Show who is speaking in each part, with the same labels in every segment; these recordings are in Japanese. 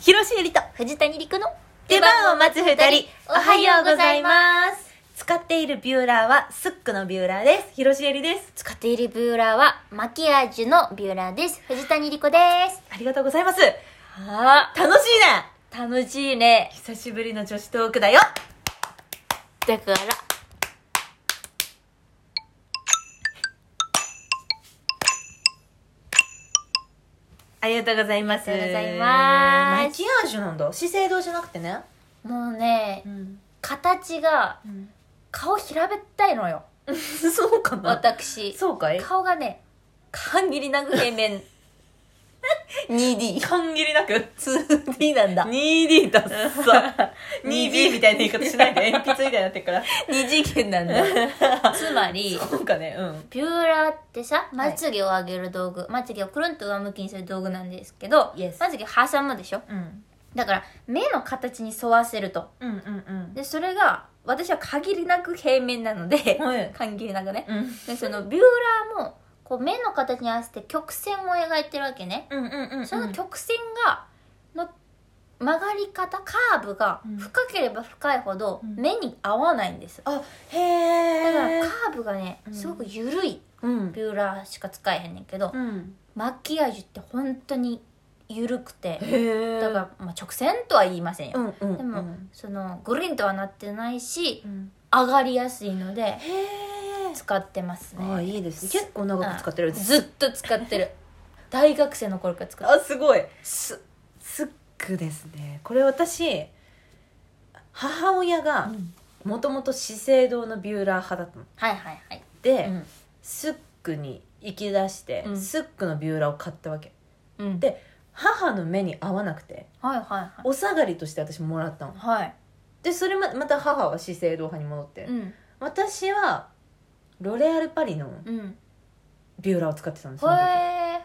Speaker 1: 広瀬えりと
Speaker 2: 藤谷陸の
Speaker 1: 出番を待つ二人お
Speaker 2: お
Speaker 1: は
Speaker 2: は
Speaker 1: よ
Speaker 2: よ
Speaker 1: う
Speaker 2: う
Speaker 1: ござ
Speaker 2: ござ
Speaker 1: い
Speaker 2: い
Speaker 1: ま
Speaker 2: ます
Speaker 1: 使っているビューラーはスックのビューラーです広瀬えりです
Speaker 2: 使っているビューラーはマキアージュのビューラーです藤谷莉子です
Speaker 1: ありがとうございます
Speaker 2: あ
Speaker 1: 楽しいね
Speaker 2: 楽しいね
Speaker 1: 久しぶりの女子トークだよ
Speaker 2: だから
Speaker 1: ありがとうございます
Speaker 2: ありがとうございます
Speaker 1: マキアージュなんだ資生堂じゃなくてね
Speaker 2: もうね
Speaker 1: ん、
Speaker 2: 形が顔平べったいのよ
Speaker 1: そうかな
Speaker 2: 私
Speaker 1: そうかい
Speaker 2: 顔がね限りなく平面 2D
Speaker 1: 感切りなく
Speaker 2: 2D なんだ
Speaker 1: 2D だっ さ 2D みたいな言い方しないで鉛筆みたいになってるから
Speaker 2: 二次元な んだ つまり
Speaker 1: そうかねうん
Speaker 2: ビューラーってさまつげを上げる道具、まつげをくるんと上向きにする道具なんですけど、
Speaker 1: Yes
Speaker 2: まつげ挟むでしょ
Speaker 1: うん
Speaker 2: だから目の形に沿わせると
Speaker 1: うんうん
Speaker 2: でそれが私は限りなく平面なので、
Speaker 1: はい
Speaker 2: 限りなくね、
Speaker 1: うん
Speaker 2: でそのビューラーもこう目の形に合わせて曲線を描いてるわけね、
Speaker 1: うんうんうんうん
Speaker 2: その曲線がの曲がり方カーブが
Speaker 1: うん
Speaker 2: 深ければ深いほど
Speaker 1: うん
Speaker 2: 目に合わないんです、
Speaker 1: あへ
Speaker 2: だから
Speaker 1: え
Speaker 2: カーブがね
Speaker 1: うん
Speaker 2: すごく緩い
Speaker 1: うん
Speaker 2: ビューラーしか使えへんねんけど、
Speaker 1: うん
Speaker 2: マキアージュって本当に緩くて
Speaker 1: へえ
Speaker 2: だから、まあ、直線とは言いませんよ、
Speaker 1: うんうん
Speaker 2: でも、
Speaker 1: うん
Speaker 2: そのグリーンとはなってないし
Speaker 1: うん
Speaker 2: 上がりやすいので
Speaker 1: へえ
Speaker 2: 使ってますね
Speaker 1: ああいいです結構長く使ってるんです
Speaker 2: ずっと使っ てる大学生の頃から使って
Speaker 1: あすごいすスックですねこれ私母親
Speaker 2: る、
Speaker 1: が
Speaker 2: うん
Speaker 1: もともと資生堂のビューラー派だったの
Speaker 2: はいはいはい、
Speaker 1: で、
Speaker 2: うん
Speaker 1: スックに行き出して、
Speaker 2: うん
Speaker 1: スックのビューラーを買ったわけ
Speaker 2: うん
Speaker 1: で母の目に合わなくて
Speaker 2: はいはい
Speaker 1: お下がりとして私もらったの
Speaker 2: はいはい
Speaker 1: でそれままた母は資生堂派に戻って、
Speaker 2: うん
Speaker 1: 私はロレアルパリの
Speaker 2: うん
Speaker 1: ビューラーを使ってたんです
Speaker 2: へ
Speaker 1: その時
Speaker 2: え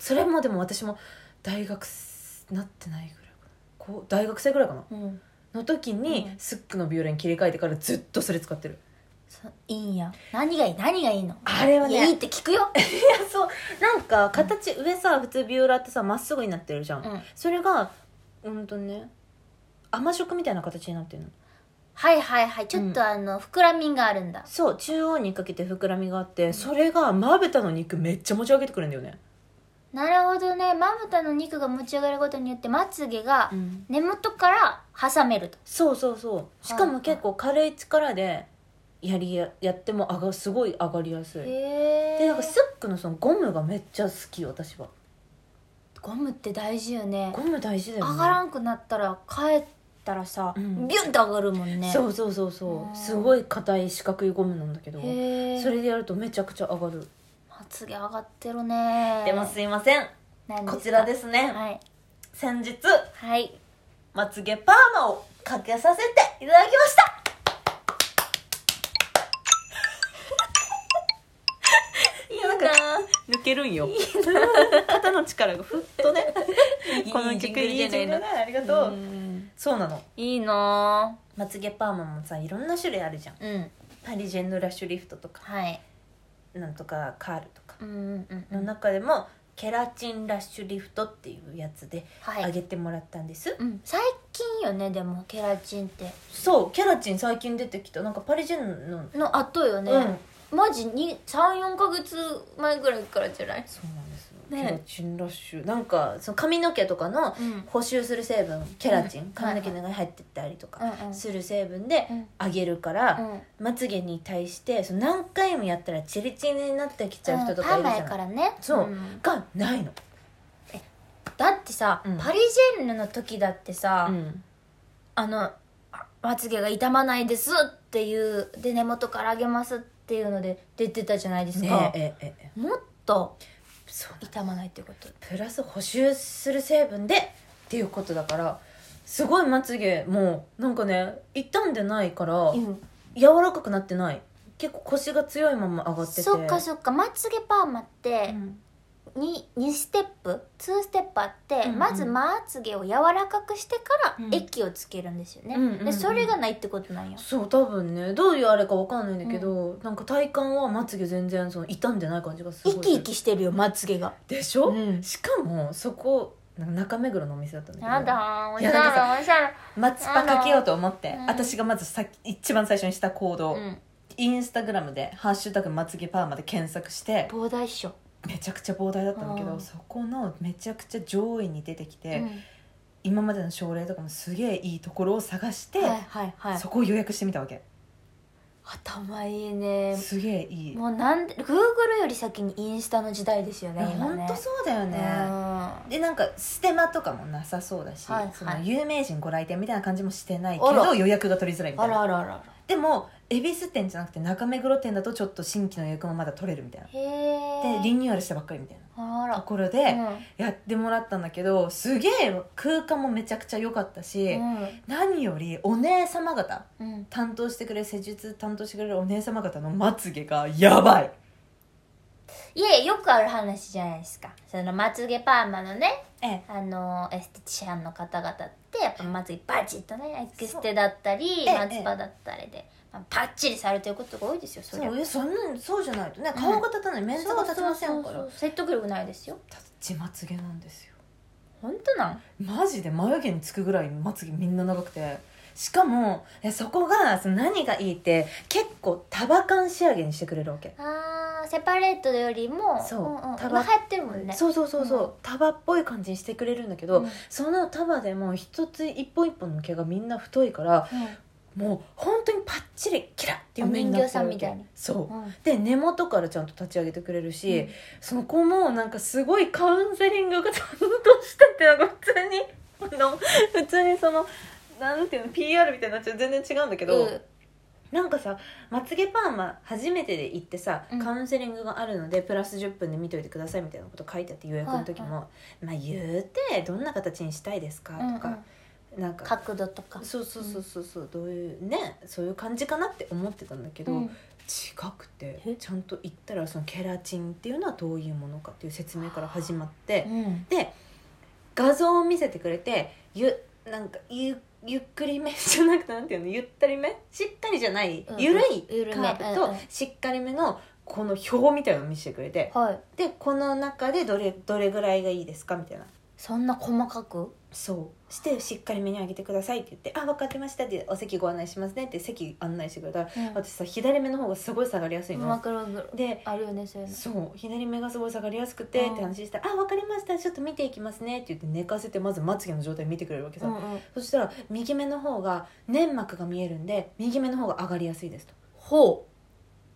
Speaker 1: それもでも私も大学生なってないぐらいかなこう大学生ぐらいかな
Speaker 2: うん
Speaker 1: の時に、
Speaker 2: うん
Speaker 1: スックのビューラーに切り替えてからずっとそれ使ってる
Speaker 2: そいいんや何がいい何がいいの
Speaker 1: あれはいね
Speaker 2: やいいって聞くよ、
Speaker 1: そうなんか形、上さ普通ビューラーってさまっすぐになってるじゃん、
Speaker 2: うん、
Speaker 1: それがうんとね甘食みたいな形になってるの
Speaker 2: はいはいはいちょっとあの、膨らみがあるんだ
Speaker 1: そう中央にかけて膨らみがあってそれがまぶたの肉めっちゃ持ち上げてくるんだよね
Speaker 2: なるほどねまぶたの肉が持ち上がることによってまつげが
Speaker 1: ん
Speaker 2: 根元から挟めると
Speaker 1: そうそうそうしかも結構軽い力でやりややっても上がすごい上がりやすい
Speaker 2: へ
Speaker 1: でなんかスックのそのゴムがめっちゃ好き私は
Speaker 2: ゴムって大事よね
Speaker 1: ゴム大事だよね
Speaker 2: 上がらんくなったら帰ったらさ、
Speaker 1: うん
Speaker 2: ビュンって上がるもんね
Speaker 1: そうそうそうそ
Speaker 2: あー
Speaker 1: うすごい硬い四角いゴムなんだけど
Speaker 2: へえ
Speaker 1: それでやるとめちゃくちゃ上がる
Speaker 2: まつげ上がってるね
Speaker 1: いません
Speaker 2: 何ですか
Speaker 1: すね
Speaker 2: はい
Speaker 1: 先日
Speaker 2: はい
Speaker 1: まつげパーマをかけさせていただきました
Speaker 2: いいな
Speaker 1: 抜ける んよ肩の力がふっとねこの曲いいじゃないありがとう、
Speaker 2: うん
Speaker 1: そうなの
Speaker 2: いいな
Speaker 1: まつげパーマもさいろんな種類あるじゃん
Speaker 2: うん
Speaker 1: パリジェンヌラッシュリフトとか
Speaker 2: はい
Speaker 1: なんとかカールとか
Speaker 2: うんうんう
Speaker 1: の
Speaker 2: ん
Speaker 1: 中でもケラチンラッシュリフトっていうやつで
Speaker 2: は
Speaker 1: あ
Speaker 2: い、
Speaker 1: げてもらったんです、
Speaker 2: うん、最近よねでもケラチンって
Speaker 1: そうケラチン最近出てきたなんかパリジェンヌの
Speaker 2: の後よね、
Speaker 1: うん
Speaker 2: マジに34か月前ぐらいからじゃない、
Speaker 1: そうなんですよ、
Speaker 2: ね
Speaker 1: ケラチンラッシュなんかその髪の毛とかの
Speaker 2: うん
Speaker 1: 補修する成分ケラチン、
Speaker 2: うん
Speaker 1: 髪の毛の中に入ってったりと
Speaker 2: う
Speaker 1: か
Speaker 2: んうん
Speaker 1: する成分で
Speaker 2: うん
Speaker 1: あげるから、
Speaker 2: うん
Speaker 1: まつげに対してその何回もやったらチリチリになってきちゃう人とかいるじ
Speaker 2: パーマ
Speaker 1: ゃ
Speaker 2: や
Speaker 1: な
Speaker 2: か
Speaker 1: い、
Speaker 2: らね
Speaker 1: そうんがないの、
Speaker 2: だってさ、
Speaker 1: うん
Speaker 2: パリジェンヌの時だってさ、
Speaker 1: ん、
Speaker 2: あのあまつげが傷まないですっていうで根元から上げますっていうので出てたじゃないですか、
Speaker 1: ねええええ
Speaker 2: もっと
Speaker 1: そう
Speaker 2: 傷まないってこと
Speaker 1: プラス補修する成分でっていうことだからすごいまつげもうなんかね傷んでないから
Speaker 2: うん
Speaker 1: 柔らかくなってない結構腰が強いまま上がってて
Speaker 2: そっかそっかまつげパーマって
Speaker 1: うん
Speaker 2: に 2, ステップ2ステップあって、
Speaker 1: うんうん
Speaker 2: まずまつげを柔らかくしてから
Speaker 1: うん
Speaker 2: 液をつけるんですよね、
Speaker 1: うんうんうん
Speaker 2: でそれがないってことなんよ
Speaker 1: そう多分ねどういうあれかわかんないんだけど、なんか体感はまつげ全然その傷んでない感じがすごい
Speaker 2: 生き生きしてるよまつげが
Speaker 1: でしょ、
Speaker 2: うん
Speaker 1: しかもそこなんか中目黒のお店だったんだけど
Speaker 2: やだお
Speaker 1: い
Speaker 2: しゃ
Speaker 1: や
Speaker 2: れ
Speaker 1: なんかさ
Speaker 2: おしゃれ
Speaker 1: マツパかけようと思って、
Speaker 2: うん
Speaker 1: 私がまずさっき一番最初にした行動、
Speaker 2: うん
Speaker 1: インスタグラムで「ハッシュタグまつげパーマ」で検索して
Speaker 2: 膨大っしょ、
Speaker 1: めちゃくちゃ膨大だったんだけど、
Speaker 2: うん
Speaker 1: そこのめちゃくちゃ上位に出てきて、
Speaker 2: うん
Speaker 1: 今までの症例とかもすげえいいところを探して、
Speaker 2: はいはいはい
Speaker 1: そこを予約してみたわけ
Speaker 2: 頭いいね
Speaker 1: すげえいい
Speaker 2: もうなんで Google より先にインスタの時代ですよね今
Speaker 1: 本
Speaker 2: ね
Speaker 1: 当そうだよね、
Speaker 2: う
Speaker 1: でなんかステマとかもなさそうだし、
Speaker 2: はいはい
Speaker 1: その有名人ご来店みたいな感じもしてないけ
Speaker 2: あ
Speaker 1: ど
Speaker 2: ら
Speaker 1: 予約が取りづらいみ
Speaker 2: んあ
Speaker 1: たい
Speaker 2: ら
Speaker 1: な
Speaker 2: あらあらあ
Speaker 1: でも恵比寿店じゃなくて中目黒店だとちょっと新規の予約もまだ取れるみたいな
Speaker 2: らへえ
Speaker 1: でリニューアルしたばっかりみたい
Speaker 2: あ
Speaker 1: な
Speaker 2: ら
Speaker 1: ところで
Speaker 2: うん
Speaker 1: やってもらったんだけどすげえ空間もめちゃくちゃ良かったし、
Speaker 2: うん
Speaker 1: 何よりお姉様方
Speaker 2: うん
Speaker 1: 担当してくれる施術担当してくれるお姉様方のまつげがやばい
Speaker 2: いえよくある話じゃないですかそのまつげパーマのね
Speaker 1: ええ
Speaker 2: あのエステティシャンの方々ってやっぱまつげバチッとねエクステだったり
Speaker 1: ええ
Speaker 2: マツパだったりで、まあ、パッチリされてることが多いですよそ
Speaker 1: そ
Speaker 2: りゃ
Speaker 1: ういやそんなそうじゃないとね
Speaker 2: うん
Speaker 1: 顔が立たない、メンズが立ちませんか
Speaker 2: そうそうそ
Speaker 1: ら
Speaker 2: う説得力ないですよ
Speaker 1: 立ちまつげなんですよ
Speaker 2: 本当なん
Speaker 1: マジで眉毛につくぐらいまつげみんな長くてしかもえそこがその何がいいって結構束感仕上げにしてくれるわけ、
Speaker 2: あーセパレートよりも
Speaker 1: そうん
Speaker 2: ん、
Speaker 1: 束
Speaker 2: 今流行ってるもんね
Speaker 1: そうそうそうそう、束っぽい感じにしてくれるんだけど、
Speaker 2: うん
Speaker 1: その束でも一つ一本一本の毛がみんな太いからもう本当にパッチリキラッっていう目になってるわけ
Speaker 2: お人形さんみたいに
Speaker 1: そう、
Speaker 2: うんうん
Speaker 1: で根元からちゃんと立ち上げてくれるし、
Speaker 2: うん
Speaker 1: そこもなんかすごいカウンセリングがちゃんとしててなんか普通にあの普通にそのなんていうの PR みたいになっちゃう全然違うんだけど、
Speaker 2: うん
Speaker 1: なんかさまつげパーマ初めてで行ってさ、
Speaker 2: うん
Speaker 1: カウンセリングがあるのでプラス10分で見といてくださいみたいなこと書いてあって予約の時も、まあ言うてどんな形にしたいですかと
Speaker 2: う
Speaker 1: か
Speaker 2: ん、
Speaker 1: なんか
Speaker 2: 角度とか
Speaker 1: そうそうそうそうそうどういうねそういう感じかなって思ってたんだけど、
Speaker 2: うん
Speaker 1: 違くて
Speaker 2: え
Speaker 1: ちゃんと言ったらそのケラチンっていうのはどういうものかっていう説明から始まって
Speaker 2: うん
Speaker 1: で画像を見せてくれてゆなんかゆゆっくりめ じゃなくてなんていうのゆったりめしっかりじゃない、
Speaker 2: うん
Speaker 1: ゆるい
Speaker 2: ゆるめ
Speaker 1: カーブ
Speaker 2: うん
Speaker 1: と
Speaker 2: うん
Speaker 1: しっかりめのこの表みたいなのを見せてくれて
Speaker 2: はい
Speaker 1: でこの中でどれどれぐらいがいいですかみたいな
Speaker 2: そんな細かく
Speaker 1: そうしてしっかりめに上げてくださいって言って「あ分かってました」ってお席ご案内しますねって席案内してくれたら私さ左目の方がすごい下がりやすいの
Speaker 2: マクログロ
Speaker 1: で
Speaker 2: あるよねそういうの
Speaker 1: そう左目がすごい下がりやすくて
Speaker 2: うん
Speaker 1: って話したら「あ分かりましたちょっと見ていきますね」って言って寝かせてまずまつげの状態見てくれるわけさ、
Speaker 2: うんうん
Speaker 1: そしたら右目の方が粘膜が見えるんで右目の方が上がりやすいですと
Speaker 2: ほ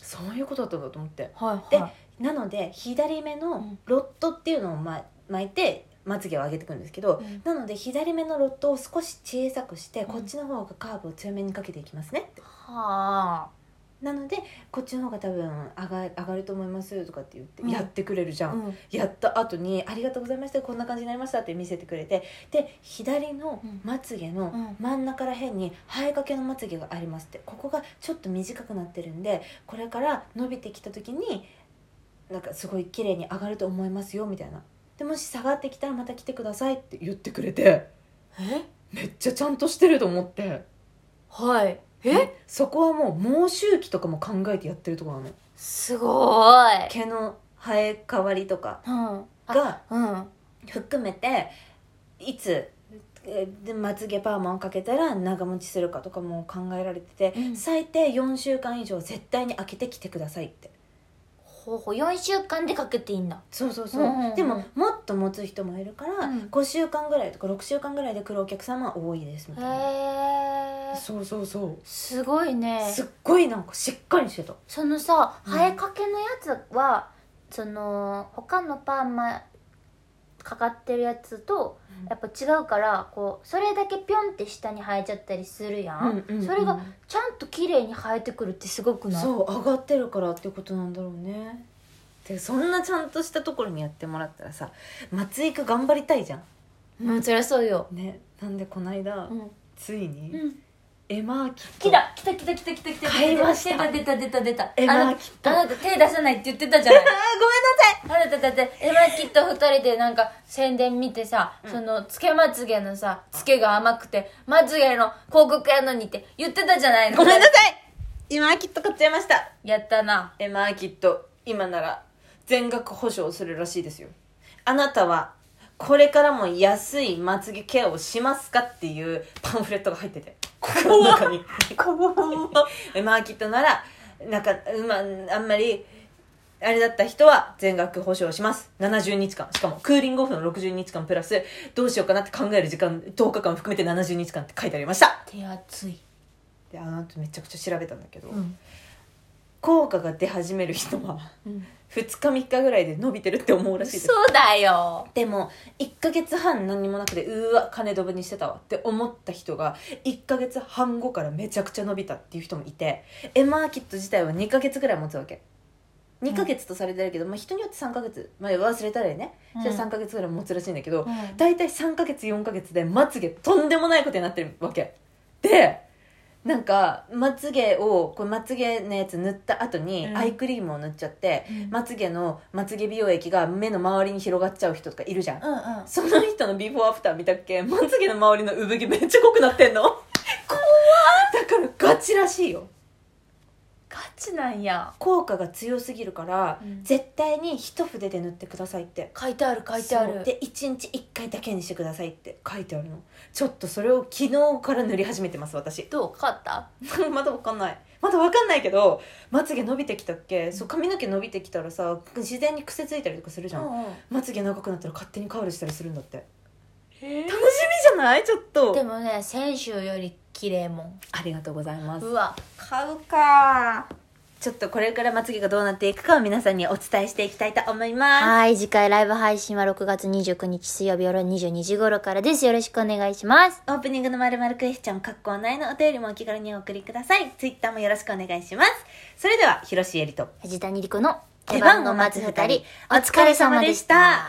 Speaker 1: そういうことだったんだと思って
Speaker 2: うはい
Speaker 1: で
Speaker 2: はい
Speaker 1: なので左目
Speaker 2: う
Speaker 1: の
Speaker 2: ん
Speaker 1: ロットっていうのをま巻いてまつげを上げていくんですけど、
Speaker 2: うん
Speaker 1: なので左目のロットを少し小さくして、
Speaker 2: ん
Speaker 1: こっちの方がカーブを強めにかけていきますねって
Speaker 2: はあ
Speaker 1: なのでこっちの方が多分上が上がると思いますとかって言って
Speaker 2: うん
Speaker 1: やってくれるじゃん、
Speaker 2: うん
Speaker 1: やった後に「ありがとうございましたこんな感じになりました」って見せてくれてで左の
Speaker 2: うん
Speaker 1: まつげの
Speaker 2: うん
Speaker 1: 真ん中ら辺に生えかけのまつげがありますってここがちょっと短くなってるんでこれから伸びてきた時になんかすごい綺麗に上がると思いますよみたいなでもし下がってきたらまた来てくださいって言ってくれて
Speaker 2: え
Speaker 1: めっちゃちゃんとしてると思って
Speaker 2: はい
Speaker 1: そこはもう毛周期とかも考えてやってるところなの
Speaker 2: すごーい
Speaker 1: 毛の生え変わりとか
Speaker 2: うんあ
Speaker 1: が
Speaker 2: うん
Speaker 1: 含めていつえーでまつげパーマをかけたら長持ちするかとかも考えられてて、
Speaker 2: うん
Speaker 1: 最低4週間以上絶対に開けてきてくださいって
Speaker 2: ほうほう4週間でかけていいんだ
Speaker 1: そうそうそう,、
Speaker 2: うんうんうん
Speaker 1: でももっと持つ人もいるから、
Speaker 2: うん
Speaker 1: 5週間ぐらいとか6週間ぐらいで来るお客様は多いですみ
Speaker 2: へ
Speaker 1: たいな、
Speaker 2: え
Speaker 1: そうそうそう
Speaker 2: すごいね
Speaker 1: すっごいなんかしっかりしてた
Speaker 2: そのさ
Speaker 1: うん
Speaker 2: 生えかけのやつは、その他のパーマかかってるやつとやっぱ違うからこうそれだけピョンって下に生えちゃったりするやん,、
Speaker 1: うんうんうん
Speaker 2: それがちゃんと綺麗に生えてくるってすごくない
Speaker 1: そう上がってるからってことなんだろうねでそんなちゃんとしたところにやってもらったらさ松井く頑張りたいじゃん
Speaker 2: うんそりゃそうよ、
Speaker 1: ねなんでこの間、
Speaker 2: うん
Speaker 1: ついに、
Speaker 2: うん、
Speaker 1: エマーキ
Speaker 2: 来た来た来た来た来た来た
Speaker 1: 買いました
Speaker 2: 出た出た出た
Speaker 1: エ
Speaker 2: 出
Speaker 1: マ
Speaker 2: た
Speaker 1: ー
Speaker 2: あな
Speaker 1: キット
Speaker 2: たあなた手出さないって言ってたじゃない
Speaker 1: あー
Speaker 2: あなただってエマキッと二人でなんか宣伝見てさ、そのつけまつげのさつけが甘くてまつげの広告やのにって言ってたじゃないの
Speaker 1: ごめんなさいごめんなさいエマーキット買っちゃいました
Speaker 2: やったな
Speaker 1: エマーキット今なら全額保証するらしいですよあなたはこれからも安いまつげケアをしますかっていうパンフレットが入っててこの中に マーケットならなんか、うんまあ、あんまりあれだった人は全額保証します70日間しかもクーリングオフの60日間プラスどうしようかなって考える時間10日間含めて70日間って書いてありました
Speaker 2: 手厚い、
Speaker 1: であの後めちゃくちゃ調べたんだけど、
Speaker 2: うん
Speaker 1: 効果が出始める人は2日3日ぐらいで伸びてるって思うらしいです
Speaker 2: そうだよ
Speaker 1: でも1ヶ月半何にもなくてうーわ金ドブにしてたわって思った人が1ヶ月半後からめちゃくちゃ伸びたっていう人もいてエマーキット自体は2ヶ月ぐらい持つわけ2ヶ月とされてるけど、まあ、人によって3ヶ月、まあ、忘れたらねそれ3ヶ月ぐらい持つらしいんだけど、大体3ヶ月4ヶ月でまつげとんでもないことになってるわけでなんかまつげをこうまつげのやつ塗った後に
Speaker 2: うん
Speaker 1: アイクリームを塗っちゃって、
Speaker 2: うん
Speaker 1: まつげのまつげ美容液が目の周りに広がっちゃう人とかいるじゃん、
Speaker 2: うんうん
Speaker 1: その人のビフォーアフター見たっけまつげの周りの産毛めっちゃ濃くなってんの怖だからガチらしいよ
Speaker 2: ガチなんや
Speaker 1: 効果が強すぎるから、
Speaker 2: うん
Speaker 1: 絶対に一筆で塗ってくださいって
Speaker 2: 書いてある書いてあ
Speaker 1: そう
Speaker 2: る
Speaker 1: で1日1回だけにしてくださいって書いてあるのちょっとそれを昨日から塗り始めてます私
Speaker 2: どう変わった
Speaker 1: まだわかんないまだわかんないけどまつげ伸びてきたっけそう髪の毛伸びてきたらさ自然に癖ついたりとかするじゃん、まつげ長くなったら勝手にカールしたりするんだって楽しみじゃないちょっと
Speaker 2: でもね先週より綺麗もん
Speaker 1: ありがとうございます
Speaker 2: うわ買うか
Speaker 1: ちょっとこれからまつげがどうなっていくかを皆さんにお伝えしていきたいと思います
Speaker 2: はい次回ライブ配信は6月29日水曜日夜22時頃からですよろしくお願いします
Speaker 1: オープニングのまるまるクエスチョン、かっこないのお便りもお気軽にお送りください。ツイッターもよろしくお願いします。それでは、広ロシエリと
Speaker 2: 藤谷莉子の
Speaker 1: 出番を待つ二人お疲れ様でした